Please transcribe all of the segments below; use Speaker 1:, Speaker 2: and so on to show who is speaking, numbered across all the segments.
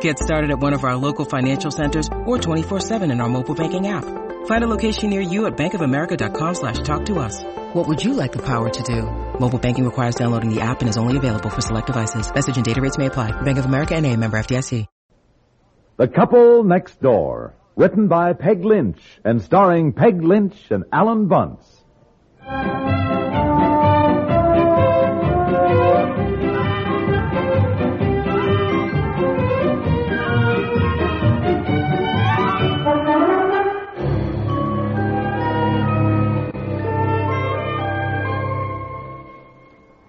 Speaker 1: Get started at one of our local financial centers or 24-7 in our mobile banking app. Find a location near you at bankofamerica.com slash talk to us. What would you like the power to do? Mobile banking requires downloading the app and is only available for select devices. Message and data rates may apply. Bank of America and a member FDIC.
Speaker 2: The Couple Next Door, written by Peg Lynch and starring Peg Lynch and Alan Bunce.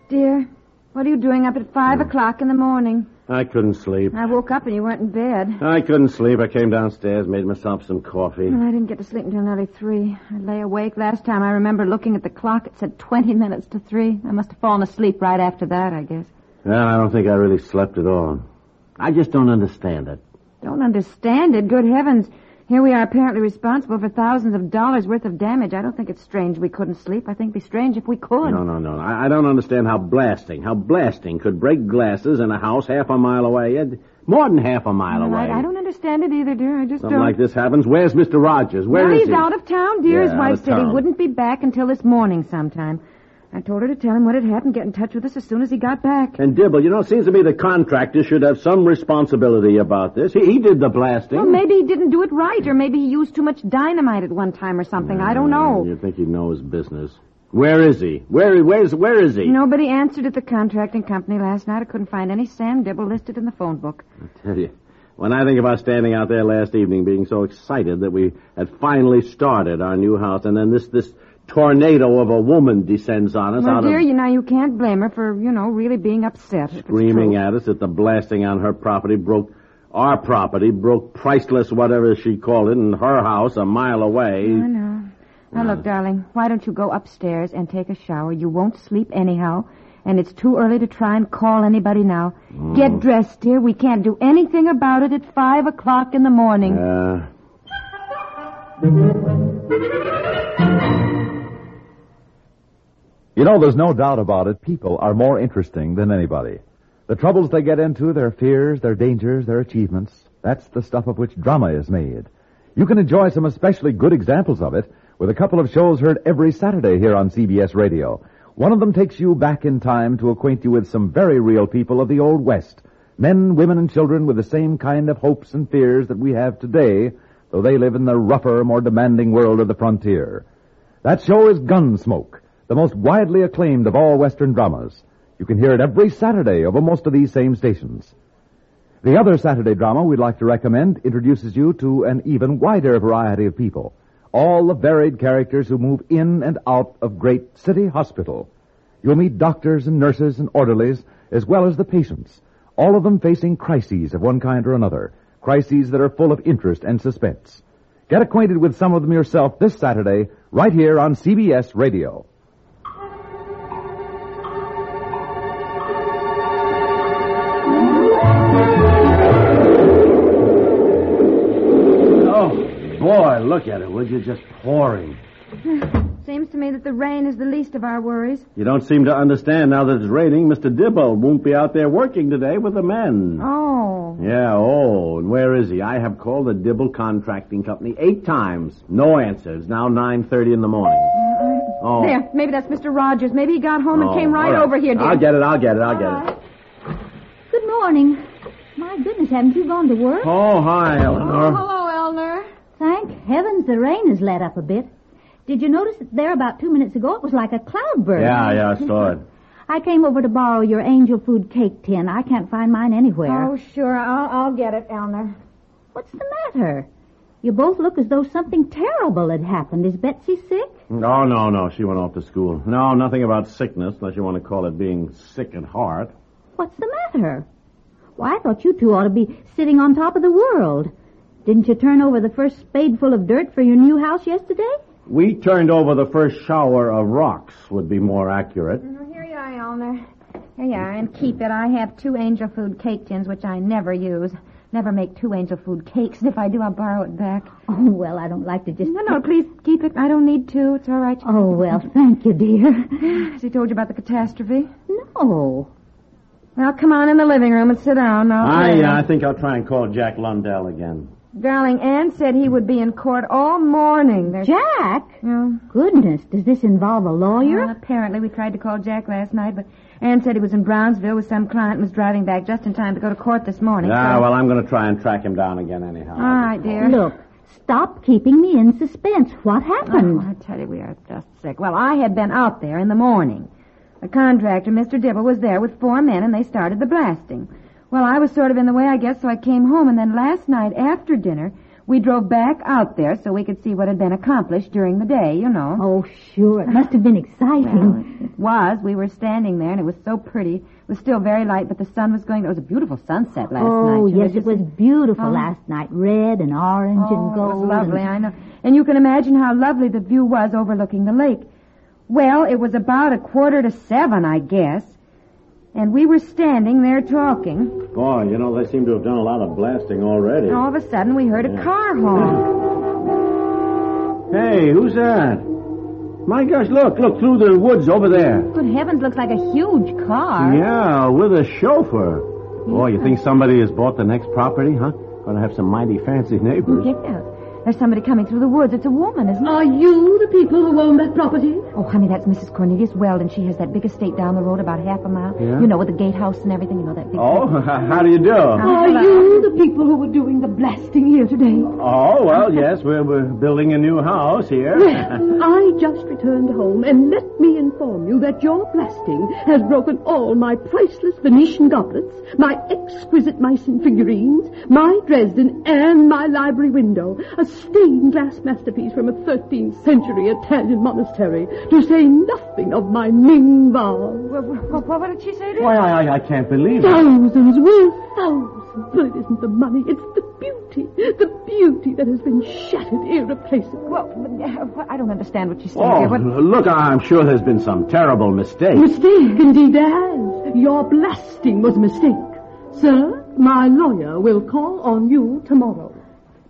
Speaker 3: Dear, what are you doing up at five o'clock in the morning?
Speaker 4: I couldn't sleep.
Speaker 3: I woke up and you weren't in bed.
Speaker 4: I couldn't sleep. I came downstairs, made myself some coffee.
Speaker 3: Well, I didn't get to sleep until nearly three. I lay awake. Last time I remember looking at the clock, it said twenty minutes to three. I must have fallen asleep right after that, I guess.
Speaker 4: Well, I don't think I really slept at all. I just don't understand it.
Speaker 3: Don't understand it. Good heavens. Here we are apparently responsible for thousands of dollars worth of damage. I don't think it's strange we couldn't sleep. I think it'd be strange if we could.
Speaker 4: No, no, no. I, I don't understand how blasting, how blasting could break glasses in a house half a mile away. It, more than half a mile
Speaker 3: All
Speaker 4: away.
Speaker 3: right, I don't understand it either, dear. I just
Speaker 4: Something
Speaker 3: don't.
Speaker 4: like this happens. Where's Mr. Rogers? Where
Speaker 3: Well,
Speaker 4: is
Speaker 3: he's
Speaker 4: he?
Speaker 3: out of town, dear.
Speaker 4: Yeah,
Speaker 3: His
Speaker 4: out
Speaker 3: wife
Speaker 4: of
Speaker 3: said he
Speaker 4: town.
Speaker 3: wouldn't be back until this morning sometime. I told her to tell him what had happened, get in touch with us as soon as he got back.
Speaker 4: And Dibble, you know, it seems to me the contractor should have some responsibility about this. He, he did the blasting.
Speaker 3: Well, maybe he didn't do it right, or maybe he used too much dynamite at one time or something. I don't know.
Speaker 4: You'd Mm, think he'd know his business. Where is he? Where, where's, where is he?
Speaker 3: Nobody answered at the contracting company last night. I couldn't find any Sam Dibble listed in the phone book.
Speaker 4: Tell you, when I think about standing out there last evening, being so excited that we had finally started our new house, and then this this tornado of a woman descends on us
Speaker 3: Well,
Speaker 4: out
Speaker 3: dear,
Speaker 4: of
Speaker 3: you know, you can't blame her for, you know, really being upset. if it's
Speaker 4: screaming
Speaker 3: true.
Speaker 4: at us that the blasting on her property broke our property, broke priceless whatever she called it, and her house a mile away.
Speaker 3: I know. Now, look, darling, why don't you go upstairs and take a shower? You won't sleep anyhow, and it's too early to try and call anybody now.
Speaker 4: Mm.
Speaker 3: Get dressed, dear. We can't do anything about it at five o'clock in the morning.
Speaker 4: Uh,
Speaker 2: You know, there's no doubt about it, people are more interesting than anybody. The troubles they get into, their fears, their dangers, their achievements, that's the stuff of which drama is made. You can enjoy some especially good examples of it with a couple of shows heard every Saturday here on CBS Radio. One of them takes you back in time to acquaint you with some very real people of the Old West. Men, women, and children with the same kind of hopes and fears that we have today, though they live in the rougher, more demanding world of the frontier. That show is Gunsmoke, the most widely acclaimed of all Western dramas. You can hear it every Saturday over most of these same stations. The other Saturday drama we'd like to recommend introduces you to an even wider variety of people, all the varied characters who move in and out of Great City Hospital. You'll meet doctors and nurses and orderlies, as well as the patients, all of them facing crises of one kind or another, crises that are full of interest and suspense. Get acquainted with some of them yourself this Saturday, right here on CBS Radio.
Speaker 4: oh, boy, look at it, would you? Just pouring.
Speaker 3: Seems to me that the rain is the least of our worries.
Speaker 4: You don't seem to understand now that it's raining. Mr. Dibble won't be out there working today with the men.
Speaker 3: Oh.
Speaker 4: Yeah, oh, and where is he? I have called the Dibble Contracting Company eight times. No answers. Now 9.30 in the morning. Oh.
Speaker 3: Uh, There, maybe that's Mr. Rogers. Maybe he got home
Speaker 4: Oh,
Speaker 3: and came right
Speaker 4: all
Speaker 3: over here, dear.
Speaker 4: I'll get it, I'll get it, I'll get it.
Speaker 5: Good morning. My goodness, haven't you gone to work?
Speaker 4: Oh, hi, Eleanor.
Speaker 5: Thank heavens the rain has let up a bit.
Speaker 3: Did you notice that there about two minutes ago it was like a cloudburst?
Speaker 4: Yeah, yeah, I saw it.
Speaker 3: I came over to borrow your angel food cake tin. I can't find mine anywhere.
Speaker 6: Oh, sure. I'll, I'll get it, Elner.
Speaker 3: What's the matter? You both look as though something terrible had happened. Is Betsy sick?
Speaker 4: No, Oh, no, no. She went off to school. No, nothing about sickness, unless you want to call it being sick at heart.
Speaker 3: What's the matter? Why, I thought you two ought to be sitting on top of the world. Didn't you turn over the first spadeful of dirt for your new house yesterday?
Speaker 4: We turned over the first shower of rocks, would be more accurate.
Speaker 6: Here you are, Elner. Here you are, and keep it. I have two angel food cake tins, which I never use. Never make two angel food cakes. If I do, I'll borrow it back.
Speaker 3: Oh, well, I don't like to just.
Speaker 6: No, no, Oh, please keep it. I don't need two. It's all right.
Speaker 3: Oh, well, thank you, dear.
Speaker 6: Has he told you about the catastrophe?
Speaker 3: No.
Speaker 6: Well, come on in the living room and sit down. I'll
Speaker 4: I,
Speaker 6: play.
Speaker 4: uh, I think I'll try and call Jack Lundell again.
Speaker 6: Darling, Ann said he would be in court all morning. There's...
Speaker 3: Jack?
Speaker 6: Yeah.
Speaker 3: Goodness, does this involve a lawyer?
Speaker 6: Well, apparently, we tried to call Jack last night, but Ann said he was in Brownsville with some client and was driving back just in time to go to court this morning.
Speaker 4: Ah,
Speaker 6: so-
Speaker 4: well, I'm going to try and track him down again anyhow.
Speaker 6: All right, dear.
Speaker 3: Look, stop keeping me in suspense. What
Speaker 6: Oh,
Speaker 3: happened?
Speaker 6: I tell you, we are just sick. Well, I had been out there in the morning. The contractor, Mr. Dibble, was there with four men, and they started the blasting. Well, I was sort of in the way, I guess, so I came home, and then last night after dinner, we drove back out there so we could see what had been accomplished during the day, you know.
Speaker 3: Oh, sure. It must have been exciting.
Speaker 6: It was. We were standing there, and it was so pretty. It was still very light, but the sun was going. It was a beautiful sunset last night.
Speaker 3: oh,
Speaker 6: You know,
Speaker 3: yes, it
Speaker 6: just-
Speaker 3: was beautiful last night. Red and orange
Speaker 6: Oh,
Speaker 3: and gold.
Speaker 6: It was lovely,
Speaker 3: and-
Speaker 6: I know. And you can imagine how lovely the view was overlooking the lake. Well, it was about a quarter to seven, I guess. And we were standing there talking.
Speaker 4: Boy, you know, they seem to have done a lot of blasting already.
Speaker 6: And all of a sudden, we heard a car horn.
Speaker 4: Hey, who's that? My gosh, look, look, through the woods over there.
Speaker 3: Good heavens, looks like a huge car.
Speaker 4: Yeah, with a chauffeur. Boy, you think somebody has bought the next property, huh? Gonna have some mighty fancy neighbors.
Speaker 6: Yeah. There's somebody coming through the woods. It's a woman, isn't it?
Speaker 3: Are you the people who own that property?
Speaker 6: Oh, honey, that's Mrs. Cornelius Weld, and she has that big estate down the road about half a mile.
Speaker 4: Yeah?
Speaker 6: You know, with the gatehouse and everything. You know that big.
Speaker 4: Oh, how do you do?
Speaker 3: Are you the people who were doing the blasting here today?
Speaker 4: Oh, well, yes, we're, we're building a new house here.
Speaker 7: I just returned home, and let me inform you that your blasting has broken all my priceless Venetian goblets, my exquisite Meissen figurines, my Dresden, and my library window, a stained glass masterpiece from a 13th century Italian monastery, to say nothing of my Ming vase.
Speaker 6: Well, well, well, what did she say to you?
Speaker 4: Why, I, I- I can't believe it.
Speaker 7: Thousands, well, thousands, but it isn't the money, it's the beauty, the beauty that has been shattered irreplaceably.
Speaker 6: Well, uh, well, I don't understand what she said.
Speaker 4: Oh,
Speaker 6: dear. What-
Speaker 4: look, I'm sure there's been some terrible mistake.
Speaker 7: Mistake, indeed, as. Your blasting was a mistake. Sir, my lawyer will call on you tomorrow.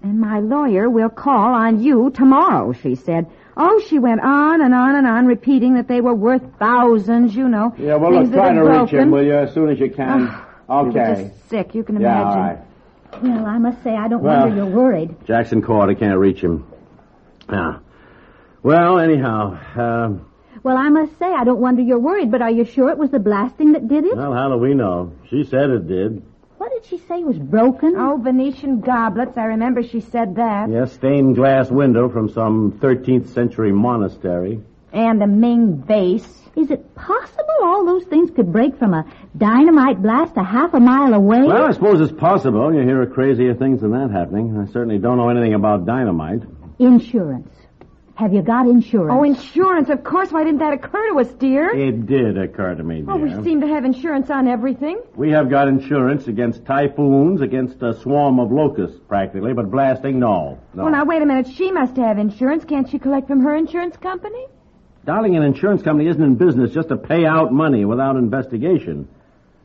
Speaker 6: And my lawyer will call on you tomorrow, she said. Oh, she went on and on and on, repeating that they were worth thousands, you know. things that had broken.
Speaker 4: you, as soon as you can?
Speaker 6: We were just sick, you can imagine.
Speaker 3: Well, I must say, I don't
Speaker 4: Well-
Speaker 3: wonder you're worried.
Speaker 4: Jackson called. I can't reach him. Yeah. Well, anyhow, um,
Speaker 3: Well, I must say, I don't wonder you're worried, but are you sure it was the blasting that did it?
Speaker 4: well, how do we know? She said it did.
Speaker 3: What did she say was broken?
Speaker 6: Oh, Venetian goblets, I remember she said that.
Speaker 4: Yes, stained glass window from some 13th century monastery.
Speaker 6: And the Ming vase.
Speaker 3: Is it possible all those things could break from a dynamite blast a half a mile away?
Speaker 4: Well, I suppose it's possible. You hear of crazier things than that happening. I certainly don't know anything about dynamite.
Speaker 3: Insurance. Have you got insurance?
Speaker 6: Oh, insurance, of course. Why didn't that occur to us, dear?
Speaker 4: It did occur to me, dear.
Speaker 6: Oh, we seem to have insurance on everything.
Speaker 4: We have got insurance against typhoons, against a swarm of locusts, practically, but blasting, no. no.
Speaker 6: Well, now, wait a minute. She must have insurance. Can't she collect from her insurance company?
Speaker 4: Darling, an insurance company isn't in business just to pay out money without investigation.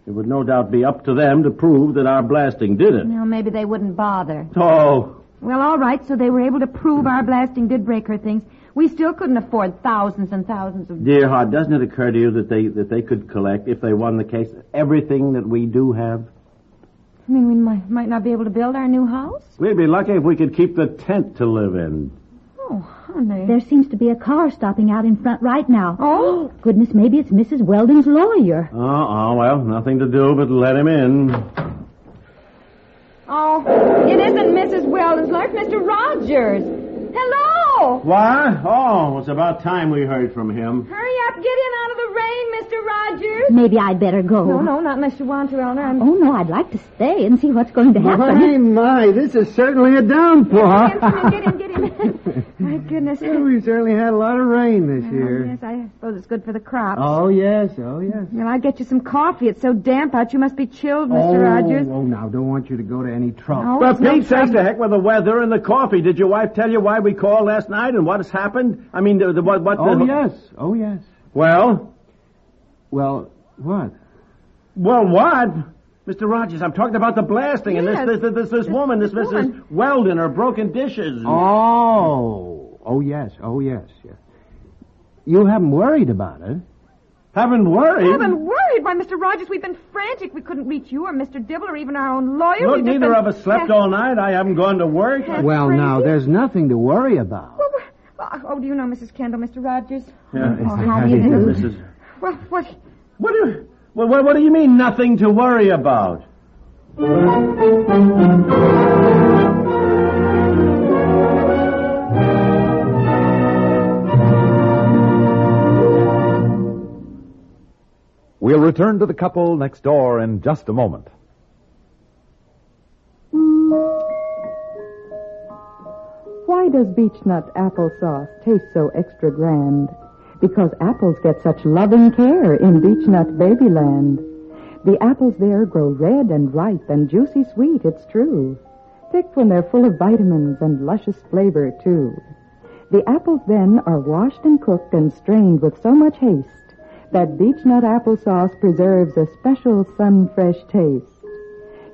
Speaker 4: It would no doubt be up to them to prove that our blasting did it.
Speaker 6: Well, maybe they wouldn't bother.
Speaker 4: Oh,
Speaker 6: Well, all right, so they were able to prove our blasting did break her things. We still couldn't afford thousands and thousands of...
Speaker 4: dear heart, doesn't it occur to you that they that they could collect if they won the case everything that we do have?
Speaker 6: I mean, we might, might not be able to build our new house?
Speaker 4: We'd be lucky if we could keep the tent to live in.
Speaker 6: Oh, honey.
Speaker 3: There seems to be a car stopping out in front right now.
Speaker 6: Oh,
Speaker 3: Goodness, maybe it's Mrs. Weldon's lawyer.
Speaker 4: Oh, oh well, nothing to do but let him in.
Speaker 6: oh, it isn't Mrs. Weldon's like Mr. Rogers. Hello! Joe!
Speaker 4: What? Oh, it's about time we heard from him.
Speaker 6: Hurry up, get in out of the rain, Mr. Rogers!
Speaker 8: Maybe I'd better go.
Speaker 6: No, no, not unless you want to, Eleanor. I'm
Speaker 8: Oh, no, I'd like to stay and see what's going to happen.
Speaker 4: my, this is certainly a downpour.
Speaker 6: Get in, get in, get in. My goodness.
Speaker 4: we certainly had a lot of rain this
Speaker 6: Yes, I suppose it's good for the crops.
Speaker 4: Oh, yes, oh, yes.
Speaker 6: Well, I'll get you some coffee. It's so damp out. You must be chilled, Mr. Rogers.
Speaker 4: oh, now, don't want you to go to any trouble.
Speaker 6: No,
Speaker 4: well,
Speaker 6: it's no
Speaker 4: Pete says the heck with the weather and the coffee. Did your wife tell you why we called last night and what has happened? I mean, the, the, what, what...
Speaker 2: Oh,
Speaker 4: the,
Speaker 2: yes. Oh, yes.
Speaker 4: Well?
Speaker 2: Well, what?
Speaker 4: Well, what? Mr. Rogers, I'm talking about the blasting and this, this, this, this, this woman, this Mrs. Weldon, her broken dishes.
Speaker 2: Oh. Oh, yes. Oh, yes. yes. You haven't worried about it.
Speaker 4: Haven't worried.
Speaker 6: I haven't worried. Why, Mr. Rogers, we've been frantic. We couldn't reach you or Mr. Dibble or even our own lawyer.
Speaker 4: Look,
Speaker 6: We've just
Speaker 4: neither
Speaker 6: been-
Speaker 4: of us slept
Speaker 6: Yeah.
Speaker 4: all night. I haven't gone to work.
Speaker 6: That's
Speaker 2: well,
Speaker 6: crazy.
Speaker 2: now, there's nothing to worry about.
Speaker 6: Well, we're- well, oh, do you know Mrs. Kendall, Mr. Rogers?
Speaker 8: Oh, how do you do?
Speaker 4: Mrs.
Speaker 6: Well, what?
Speaker 4: What do you, well, what, what do you mean nothing to worry about?
Speaker 9: We'll return to the couple next door in just a moment.
Speaker 3: Why does beechnut applesauce taste so extra grand? Because apples get such loving care in beechnut babyland. The apples there grow red and ripe and juicy sweet, it's true. Thick when they're full of vitamins and luscious flavor, too. The apples then are washed and cooked and strained with so much haste that beechnut applesauce preserves a special sun-fresh taste.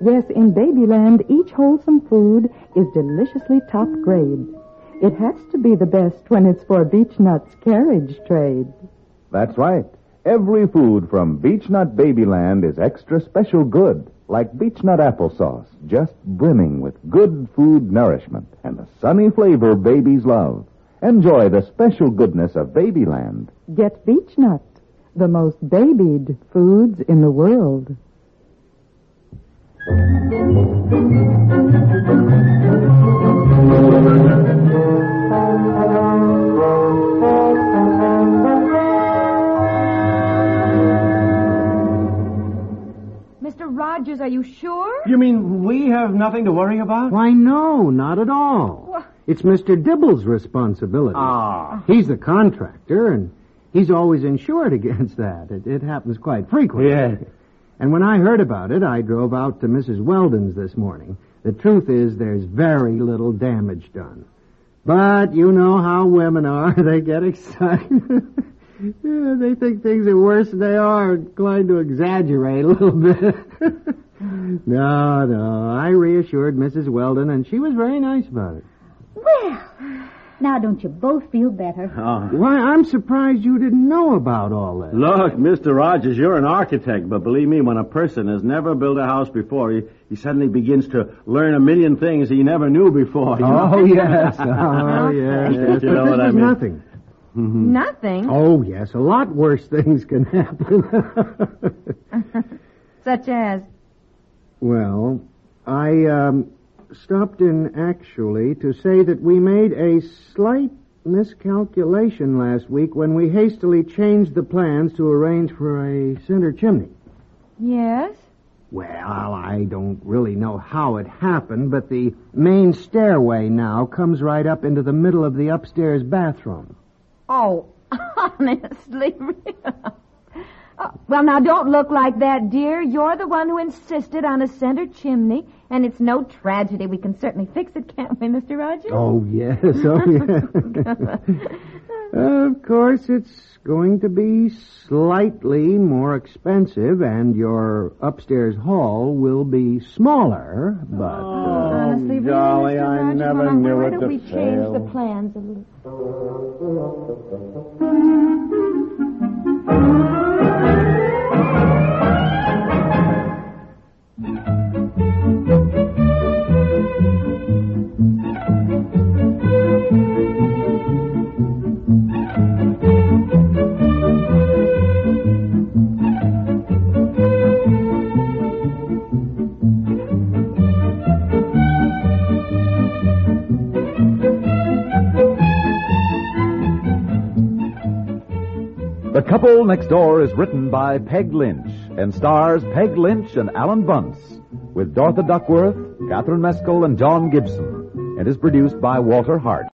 Speaker 3: Yes, in Babyland, each wholesome food is deliciously top grade. It has to be the best when it's for Beechnut's carriage trade.
Speaker 9: That's right. Every food from Beechnut Babyland is extra special good, like beechnut applesauce, just brimming with good food nourishment and the sunny flavor babies love. Enjoy the special goodness of Babyland.
Speaker 3: Get Beechnut, the most babied foods in the world.
Speaker 6: Mr. Rogers, are you sure?
Speaker 4: You mean we have nothing to worry about?
Speaker 2: Why, no, not at all. It's Mr. Dibble's responsibility.
Speaker 4: Ah.
Speaker 2: He's the contractor, and he's always insured against that. It, it happens quite frequently.
Speaker 4: Yeah.
Speaker 2: And when I heard about it, I drove out to Mrs. Weldon's this morning. The truth is, there's very little damage done. But you know how women are. They get excited. Yeah, they think things are worse than they are, inclined to exaggerate a little bit. no, no. I reassured Mrs. Weldon, and she was very nice about it.
Speaker 8: Well, now don't you both feel better?
Speaker 4: Oh.
Speaker 2: Why, I'm surprised you didn't know about all that.
Speaker 4: Look, Mr. Rogers, you're an architect, but believe me, when a person has never built a house before, he, he suddenly begins to learn a million things he never knew before. you know?
Speaker 2: Oh, yes. Oh, yes.
Speaker 4: You
Speaker 2: yes. But
Speaker 4: know
Speaker 2: this
Speaker 4: what I
Speaker 2: was
Speaker 4: mean.
Speaker 2: nothing.
Speaker 6: Nothing.
Speaker 2: Oh, yes. A lot worse things can happen.
Speaker 6: Such as.
Speaker 2: Well, I um, stopped in actually to say that we made a slight miscalculation last week when we hastily changed the plans to arrange for a center chimney.
Speaker 6: Yes?
Speaker 2: Well, I don't really know how it happened, but the main stairway now comes right up into the middle of the upstairs bathroom.
Speaker 6: Oh, honestly, really? Oh, well, now don't look like that, dear. You're the one who insisted on a center chimney, and it's no tragedy. We can certainly fix it, can't we, Mr. Rogers?
Speaker 2: Oh, yes. Oh, yes. of course, it's going to be slightly more expensive, and your upstairs hall will be smaller, but. uh,
Speaker 3: Oh,
Speaker 6: honestly,
Speaker 4: Oh, golly,
Speaker 6: really, Mr.
Speaker 4: I
Speaker 6: Rogers,
Speaker 4: never
Speaker 6: well, now,
Speaker 4: knew
Speaker 6: why
Speaker 4: it
Speaker 6: don't
Speaker 4: to
Speaker 6: we change
Speaker 4: fail.
Speaker 6: the plans a little?
Speaker 2: The Couple Next Door is written by Peg Lynch and stars Peg Lynch and Alan Bunce with Dorothy Duckworth, Catherine Mescal, and John Gibson and is produced by Walter Hart.